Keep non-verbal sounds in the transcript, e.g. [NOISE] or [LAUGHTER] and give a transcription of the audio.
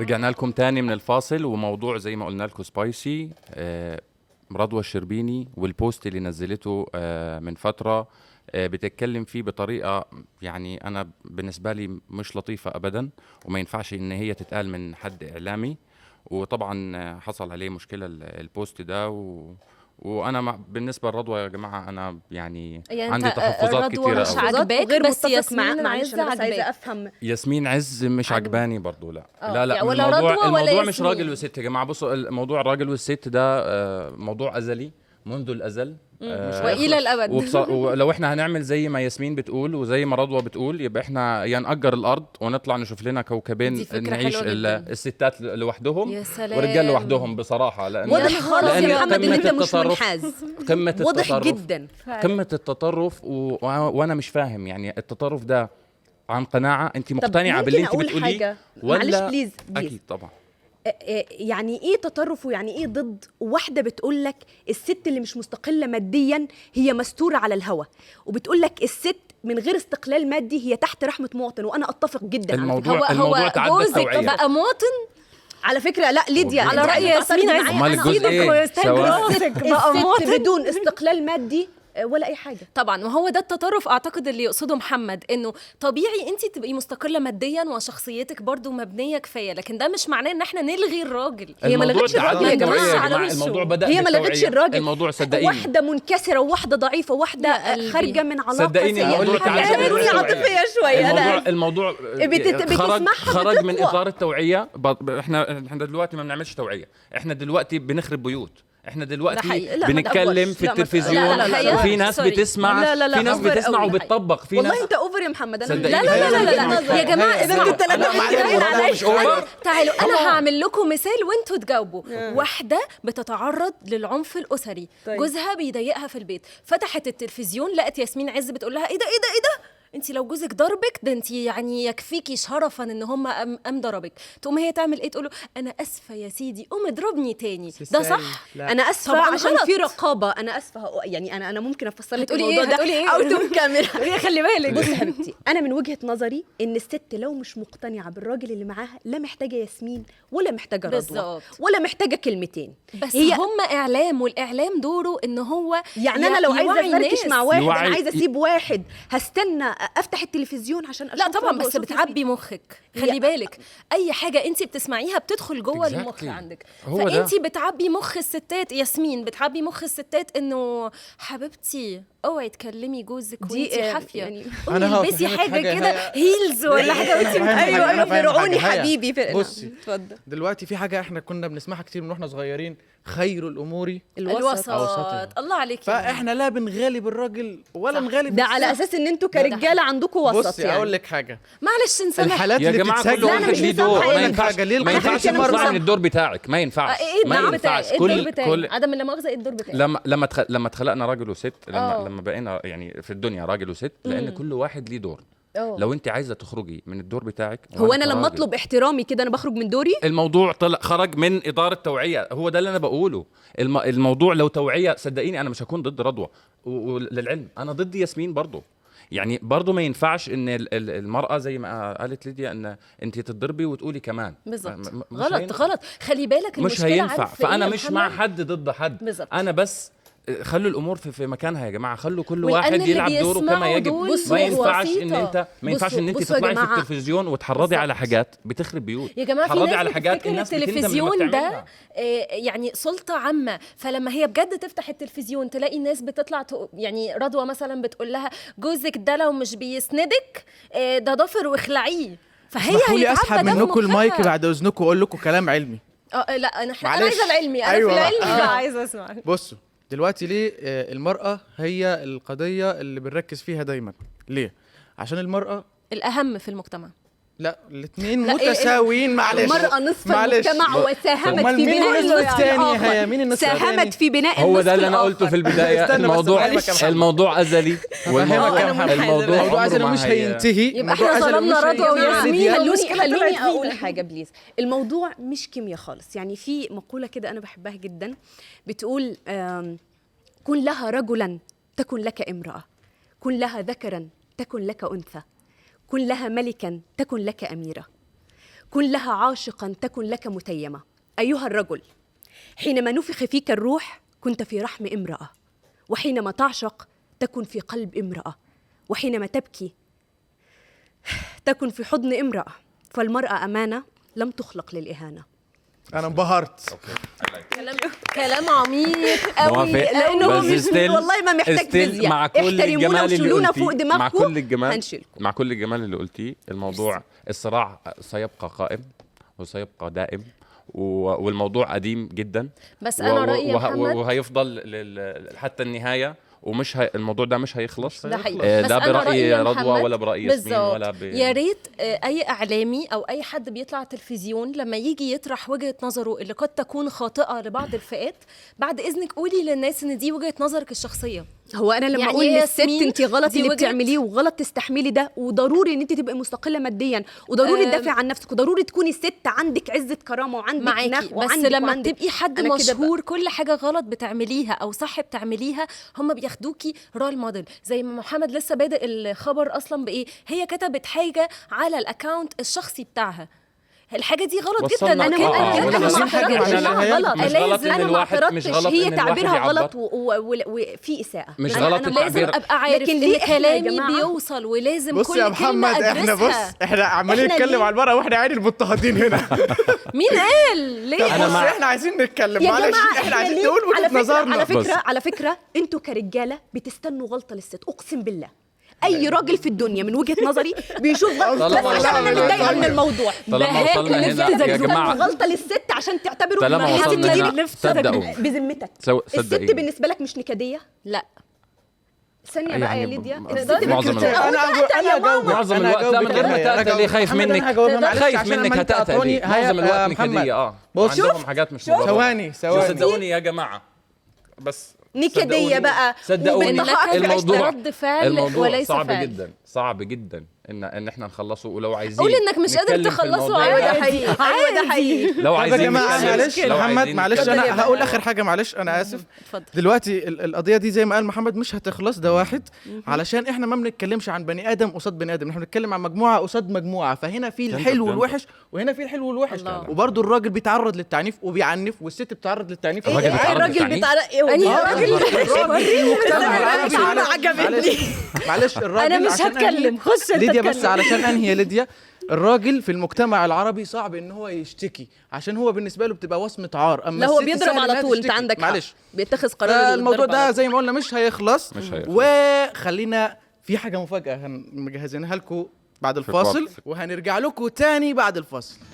رجعنا لكم تاني من الفاصل وموضوع زي ما قلنا لكم سبايسي آه، رضوى الشربيني والبوست اللي نزلته آه، من فترة آه، بتتكلم فيه بطريقة يعني أنا بالنسبة لي مش لطيفة أبدا وما ينفعش إن هي تتقال من حد إعلامي وطبعا آه، حصل عليه مشكلة ال- البوست ده و... وأنا مع- بالنسبة لرضوى يا جماعة أنا يعني, يعني عندي أنت تحفظات رضوى كتيرة مش أوي. عاجباك غير بس متفق ياسمين معاك. أنا معلش عايزة انا بس عايزه عاجباك. افهم ياسمين عز مش عجباني برضو لا آه، لا لا يعني ولا الموضوع رضوى ولا الموضوع مش ياسمين. راجل وست يا جماعه بصوا الموضوع الراجل والست ده آه، موضوع ازلي منذ الازل آه، والى [LAUGHS] الابد وبص... ولو احنا هنعمل زي ما ياسمين بتقول وزي ما رضوى بتقول يبقى احنا يا نأجر الارض ونطلع نشوف لنا دي كوكبين فكرة نعيش حلوة ال... جداً. الستات لوحدهم يا سلام والرجال لوحدهم بصراحه لان واضح خالص لأن يا محمد ان قمة انت مش التطرف- منحاز قمه واضح التطرف جدا قمه التطرف و... و... وانا مش فاهم يعني التطرف ده عن قناعه انت مقتنعه ممكن باللي انت أقول بتقوليه حاجة؟ معلش ولا بليز بليز اكيد طبعا آه، آه، يعني ايه تطرف ويعني ايه ضد واحده بتقول لك الست اللي مش مستقله ماديا هي مستوره على الهوى وبتقول لك الست من غير استقلال مادي هي تحت رحمه مواطن وانا اتفق جدا على فكرة. الموضوع الموضوع تعدى جوزك التوعيه بقى مواطن على فكره لا ليديا موضوع أنت على رأي معترضة ياسمين عايز معايا؟ أمال أنا الجزء أيضاً إيه؟ سواء- جوزك بقى الست مواطن آه، بدون استقلال مادي آه، ولا اي حاجه طبعا وهو ده التطرف اعتقد اللي يقصده محمد انه طبيعي انت تبقي مستقله ماديا وشخصيتك برضو مبنيه كفايه لكن ده مش معناه ان احنا نلغي الراجل هي ما الموضوع لغتش تعدى الراجل التوعية يا جماعة. يا جماعه على وشه. الموضوع بدا هي ما بالتوعية. لغتش الراجل الموضوع صدقيني واحده منكسره وواحده ضعيفه وواحده يا قلبي. آه، خارجه من علاقه صدقيني سيئة. أقول لك أنا على خليني شغلة عاطفيه شويه الموضوع انا الموضوع بتت- خرج بتسمعها خرج من بتقوى. اطار التوعيه ب- ب- احنا احنا دلوقتي ما بنعملش توعيه احنا دلوقتي بنخرب بيوت احنا ده حقيقي. دلوقتي لا، ما بنتكلم تقولش. في لا، ما التلفزيون تقولش. لا، لا، لا، لا، وفي لا، ناس سوري. بتسمع لا، لا، لا، في ناس أوفر بتسمع أوي، ده وبتطبق في ناس والله انت اوفر يا محمد انا صدقيني. لا لا لا لا, لا, لا. يا جماعه هي- اسمعوا. انتوا التلاتة أنا- مش أنا- قادرين عليا. أنا- تعالوا انا هعمل لكم مثال وانتوا تجاوبوا واحده بتتعرض للعنف الاسري آه. طيب. جوزها بيضايقها في البيت فتحت التلفزيون لقت ياسمين عز بتقول لها ايه ده ايه ده ايه ده انت لو جوزك ضربك ده انت يعني يكفيكي شرفا ان هم ام, أم ضربك تقوم هي تعمل ايه تقول له انا اسفه يا سيدي قوم اضربني تاني ده صح انا اسفه طبعاً عشان غلط. في رقابه انا اسفه يعني انا انا ممكن افسر لك هتقولي الموضوع إيه؟ ده هتقولي إيه؟ اوت اوف [LAUGHS] كاميرا هي [LAUGHS] خلي بالك [LAUGHS] بص يا حبيبتي انا من وجهه نظري ان الست لو مش مقتنعه بالراجل اللي معاها لا محتاجه ياسمين ولا محتاجه رضوى بالظبط. ولا محتاجه كلمتين بس هي- هي هم اعلام والاعلام دوره ان هو يعني انا لو عايزه يوعي افركش الناس. مع واحد يوعي- انا عايزه اسيب واحد هستنى افتح التلفزيون عشان اشوف لا طبعا رضوى بس وأشوف بتعبي مخك خلي هي- بالك اي حاجه انت بتسمعيها بتدخل جوه Exactly. المخ عندك هو ده. فانت بتعبي مخ الستات ياسمين بتعبي مخ الستات انه حبيبتي اوعي تكلمي جوزك دي، وانت آه، حافيه يعني- يعني أنا البسي هفهمك حاجه, حاجة يا كده هيا. هيلز ولا حاجه وانت أيوة، أنا فاهم ايوه حاجة، ايوه أنا فاهم فرعوني حاجة. هيا. حبيبي فرعوني بصي. اتفضل دلوقتي في حاجه احنا كنا بنسمعها كتير من واحنا صغيرين خير الامور الوسط أوسطها. الله عليك يا ماما. فاحنا لا بنغالي بالراجل ولا نغالي ده على بالست. اساس ان انتوا كرجاله عندكم وسط بصي يعني اقول لك حاجه معلش نسامح الحالات يا اللي جماعه بتتسجل كل لا، أنا واحد مش ليه دور مسامحة ما أنا. ينفعش حاجة، ليه ما القناعة ينفعش كده تطلع من مسامحة؟ الدور بتاعك ما ينفعش إيه، ايه ما الدور ينفعش بتاعي ايه الدور كل بتاعي كل عدم اللامؤاخذه ايه الدور بتاعي لما لما تخ... لما اتخلقنا راجل وست لما آه. لما بقينا يعني في الدنيا راجل وست لان كل واحد ليه دور أوه. لو انت عايزه تخرجي من الدور بتاعك هو وأنت انا لما راجل- اطلب احترامي كده انا بخرج من دوري الموضوع طلع خرج من اطار التوعيه هو ده اللي انا بقوله الم... الموضوع لو توعيه صدقيني انا مش هكون ضد رضوى و- وللعلم انا ضد ياسمين برضه يعني برضه ما ينفعش ان ال- ال- المراه زي ما قالت ليديا ان انت تضربي وتقولي كمان بالظبط م- م- مش غلط هينفع. غلط خلي بالك مش المشكلة هينفع عارف في إيه فانا يا مش مع محمد؟ حد ضد حد بالظبط. انا بس آه، خلوا الامور في, في مكانها يا جماعه خلوا كل ولأن واحد اللي يلعب دوره كما بيسمعوا يجب دول ما بصوا ينفعش ان وسيطة. انت ما ينفعش ان انت بصوا يا تطلعي في جماعة. التلفزيون وتحرضي على حاجات بتخرب بيوت يا جماعه في تحرضي ناس على حاجات بتفتكر الناس بتندم لما التلفزيون ده بتعملها. آه، يعني سلطه عامه فلما هي بجد تفتح التلفزيون تلاقي الناس بتطلع تق- يعني رضوى مثلا بتقول لها جوزك ده لو مش بيسندك آه، ده ضفر واخلعيه فهي اسمحوا لي هيتعبى اسحب دم منكم المايك مخها. بعد اذنكم واقول لكم كلام علمي آه، آه، لا انا احنا انا معلش. عايزه العلمي انا أيوة في بقى. العلمي بقى آه. عايزه اسمع بصوا دلوقتي ليه آه، المراه هي القضيه اللي بنركز فيها دايما ليه عشان المراه الاهم في المجتمع لا الاثنين لا، ال- ال- متساويين معلش إيه، المرأة نصف معلش. المجتمع وساهمت أمال في مين بناء النصف النصف التاني يا الآخر. هيا؟ مين النصف التاني؟ ساهمت في بناء هو النصف ده اللي انا الآخر. قلته في البدايه استنى بس الموضوع معلش. الموضوع ازلي والموضوع أنا منحازة. الموضوع الموضوع عمره أزل ما مش هي- هينتهي يبقى إحنا الموضوع أزل ظلمنا مش رضوى هينتهي. وياسمين. يا خلوني- ليديا. خلوني خلوني خلوني أقول اقول حاجه بليز الموضوع مش كيمياء خالص يعني في مقوله كده انا بحبها جدا بتقول آم، كن لها رجلا تكن لك امراه كن لها ذكرا تكن لك انثى كن لها ملكا تكن لك اميره كن لها عاشقا تكن لك متيمه ايها الرجل حينما نفخ فيك الروح كنت في رحم امراه وحينما تعشق تكن في قلب امراه وحينما تبكي تكن في حضن امراه فالمراه امانه لم تخلق للاهانه انا انبهرت كلام كلام عميق [LAUGHS] قوي موافق. لانه هو بس مش still- والله ما محتاج still فيزياء مع كل احترمونا الجمال اللي وشيلونا قلتيه فوق دماغكم مع كل الجمال هنشيلكم مع كل الجمال اللي قلتيه الموضوع الصراع سيبقى قائم وسيبقى دائم و- والموضوع قديم جدا بس و- انا و- رايي يا وه- محمد وهيفضل لل- حتى النهايه ومش هي الموضوع ده مش هيخلص ده حقيقي آه، بس لا أنا برأي يا رضوى محمد ولا برأي ياسمين بالظبط. ولا ب- يا ريت آه، اي اعلامي او اي حد بيطلع تلفزيون لما يجي يطرح وجهه نظره اللي قد تكون خاطئه لبعض الفئات بعد اذنك قولي للناس ان دي وجهه نظرك الشخصيه هو انا لما يعني اقول يا للست ياسمين انت غلط دي اللي وجهة- بتعمليه وغلط تستحملي ده وضروري ان انت تبقي مستقله ماديا وضروري أم. تدافعي عن نفسك وضروري تكوني ست عندك عزه كرامه وعندك نخ معاكي بس وعندك لما وعندك. تبقي حد أنا كده مشهور كل حاجه غلط بتعمليها او صح بتعمليها هم بياخدوكي رول موديل زي ما محمد لسه بادئ الخبر اصلا بايه هي كتبت حاجه على الاكونت الشخصي بتاعها الحاجه دي غلط جدا وصلنا انا آه، ممكن- آه، أنا ولا ما حصل اعترضتش حاجة. إنها أنا لا- غلط. مش ألايز، غلط إن انا ما الواحد- مش اعترضتش غلط إن هي الواحد تعبيرها يعبر. غلط و- و- و- وفي اساءه مش أنا- غلط أنا التعبير. لازم تعبير- ابقى عارف لكن لكن ليه ليه إحنا يا كلامي جماعة؟ بيوصل ولازم بص كل يا كلمة محمد احنا أدرسها. بص احنا عمالين إحنا نتكلم ليه؟ على المرأة واحنا عادي المضطهدين [LAUGHS] هنا مين قال طب ليه أنا إيه، بص مع- احنا عايزين نتكلم يا معلش جماعه احنا عايزين ليه- نقول على وجهة فكره على نظرنا بس. فكره على فكره انتوا كرجاله بتستنوا غلطه للست اقسم بالله اي راجل في الدنيا من وجهه نظري بيشوف غلطه بس طالما عشان انا وصلنا متضايقه هنا- من الموضوع طالما بهاك وصلنا اللي هنا بتزك- يا بتزك- جماعة استنوا غلطه للست عشان تعتبره طالما مرحلة وصلنا تجيب هنا، لفت. طب صدقوا. بذمتك سو- الست صدقيني. بالنسبه لك مش نكديه لا ثانيه يعني بقى يا ب- ليديا ب- الست معظم بالنسبة لك- الوقت. أقول اجاوب تأتأ يا ماما. معظم الوقت لا من غير ما تأتأ اللي خايف منك خايف منك هتأتأ ليه معظم الوقت نكدية اه بص عندهم حاجات مش مبررة. ثواني بس ثواني صدقوني يا جماعه بس نكديه صدقوني- بقى صدقوني وبالنقاء في الموضوع رد فعل الموضوع وليس صعب فعل. جدا صعب جدا ان ان احنا نخلصه ولو عايزين قول إنك مش قادر نتكلم في تخلصه الموضوع أيوة ده ده. حقيقي أيوة ده حقيقي لو طب يا عايزين جماعه نتكلم- معلش لو محمد عايزين معلش نتكلم- انا هقول اخر حاجه معلش انا اسف اتفضل دلوقتي ال- القضيه دي زي ما قال محمد مش هتخلص ده واحد علشان احنا ما بنتكلمش عن بني ادم قصاد بني ادم احنا بنتكلم عن مجموعه قصاد مجموعه فهنا في الحلو فهمتك. والوحش وهنا في الحلو والوحش الله. وبرده الراجل بيتعرض للتعنيف وبيعنف والست بتتعرض للتعنيف إيه؟ الراجل بيتعرض الراجل وبتعنف. للتعنيف؟ بتاع ايه أنهي والله. آه، راجل؟ إيه، المجتمع معلش، العربي ما معلش، عجبتني. معلش، معلش الراجل أنا مش عشان أنهي- هتكلم خش أنت ليديا بس اتكلم. علشان انهي يا ليديا الراجل في المجتمع العربي صعب ان هو يشتكي عشان هو بالنسبه له بتبقى وصمه عار اما لا هو الست بيضرب سهل على إنها طول انت تشتكي. عندك حق. معلش بيتخذ قرار فالموضوع بالضرب على ده طول. زي ما قلنا مش هيخلص مش هيخلص. وخلينا في حاجه مفاجاه هن- مجهزينها لكم بعد الفاصل. الفاصل وهنرجع لكم تاني بعد الفاصل